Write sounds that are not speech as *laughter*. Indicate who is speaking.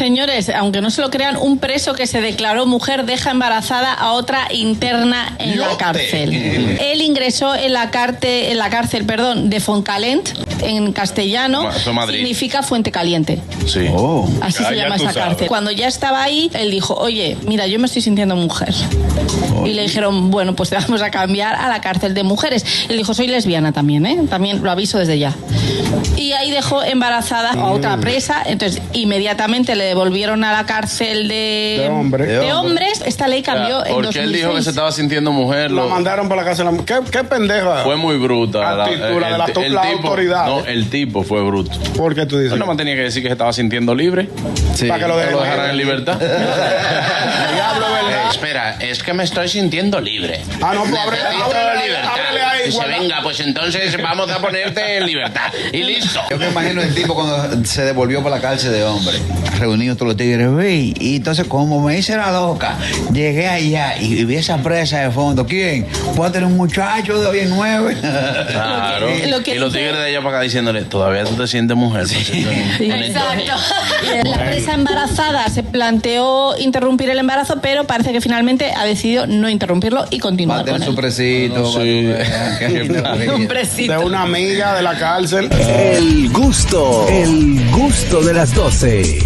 Speaker 1: Señores, aunque no se lo crean, un preso que se declaró mujer deja embarazada a otra interna en la cárcel. Él ingresó en la, cárcel, en la cárcel perdón, de Foncalent, en castellano,
Speaker 2: Eso, Madrid.
Speaker 1: significa fuente caliente.
Speaker 2: Sí.
Speaker 1: Así
Speaker 2: Ah,
Speaker 1: se
Speaker 2: ya
Speaker 1: llama
Speaker 2: tú
Speaker 1: esa
Speaker 2: sabes.
Speaker 1: cárcel. Cuando ya estaba ahí, él dijo, oye, mira, yo me estoy sintiendo mujer. Y le dijeron, bueno, pues te vamos a cambiar a la cárcel de mujeres. Él dijo, soy lesbiana también, ¿eh? También lo aviso desde ya. Y ahí dejó embarazada a
Speaker 2: Mm.
Speaker 1: otra presa. Entonces, inmediatamente le devolvieron a la cárcel de,
Speaker 3: De hombres.
Speaker 1: de hombres. Esta ley cambió en
Speaker 2: Porque él dijo que
Speaker 1: 2006.
Speaker 2: se estaba sintiendo mujer.
Speaker 3: La
Speaker 2: lo-
Speaker 3: mandaron para la casa de la ¿Qué, qué pendeja?
Speaker 2: Fue muy bruta.
Speaker 3: Actitud, la de la-
Speaker 2: el
Speaker 3: la
Speaker 2: tipo-
Speaker 3: autoridad.
Speaker 2: No, el tipo fue bruto.
Speaker 3: ¿Por qué tú dices?
Speaker 2: Él no me tenía que decir que se estaba sintiendo libre.
Speaker 4: Sí.
Speaker 3: Para que lo
Speaker 2: Que lo dejaran en
Speaker 3: dejen.
Speaker 2: libertad.
Speaker 3: *laughs* Diablo, ¿verdad?
Speaker 5: Eh, espera, es que me estoy sintiendo libre.
Speaker 3: Ah, no, pues abre-
Speaker 5: Necesito
Speaker 3: ábrele ahí,
Speaker 5: libertad.
Speaker 3: ábrele ahí,
Speaker 5: Dice,
Speaker 3: guarda.
Speaker 5: venga, pues entonces vamos a ponerte en libertad. Y listo.
Speaker 4: Yo me imagino el tipo cuando se devolvió para la cárcel de hombre, reunidos todos los tigres, "Ey, y entonces como me hice la loca, llegué allá y vi esa presa de fondo, ¿quién? Puede tener un muchacho de hoy en nueve.
Speaker 2: Claro.
Speaker 1: lo que
Speaker 2: y los
Speaker 1: dice-
Speaker 2: tigres de allá para acá diciéndole, todavía tú te sientes mujer. pues, por cierto".
Speaker 1: Exacto.
Speaker 2: *laughs*
Speaker 1: La presa embarazada se planteó interrumpir el embarazo, pero parece que finalmente ha decidido no interrumpirlo y
Speaker 4: Va
Speaker 1: continuar
Speaker 4: a tener
Speaker 1: con
Speaker 4: su
Speaker 1: él.
Speaker 4: presito. va a tener- *laughs*
Speaker 1: Un presito.
Speaker 3: De una amiga de la cárcel.
Speaker 6: El gusto, el gusto de las 12.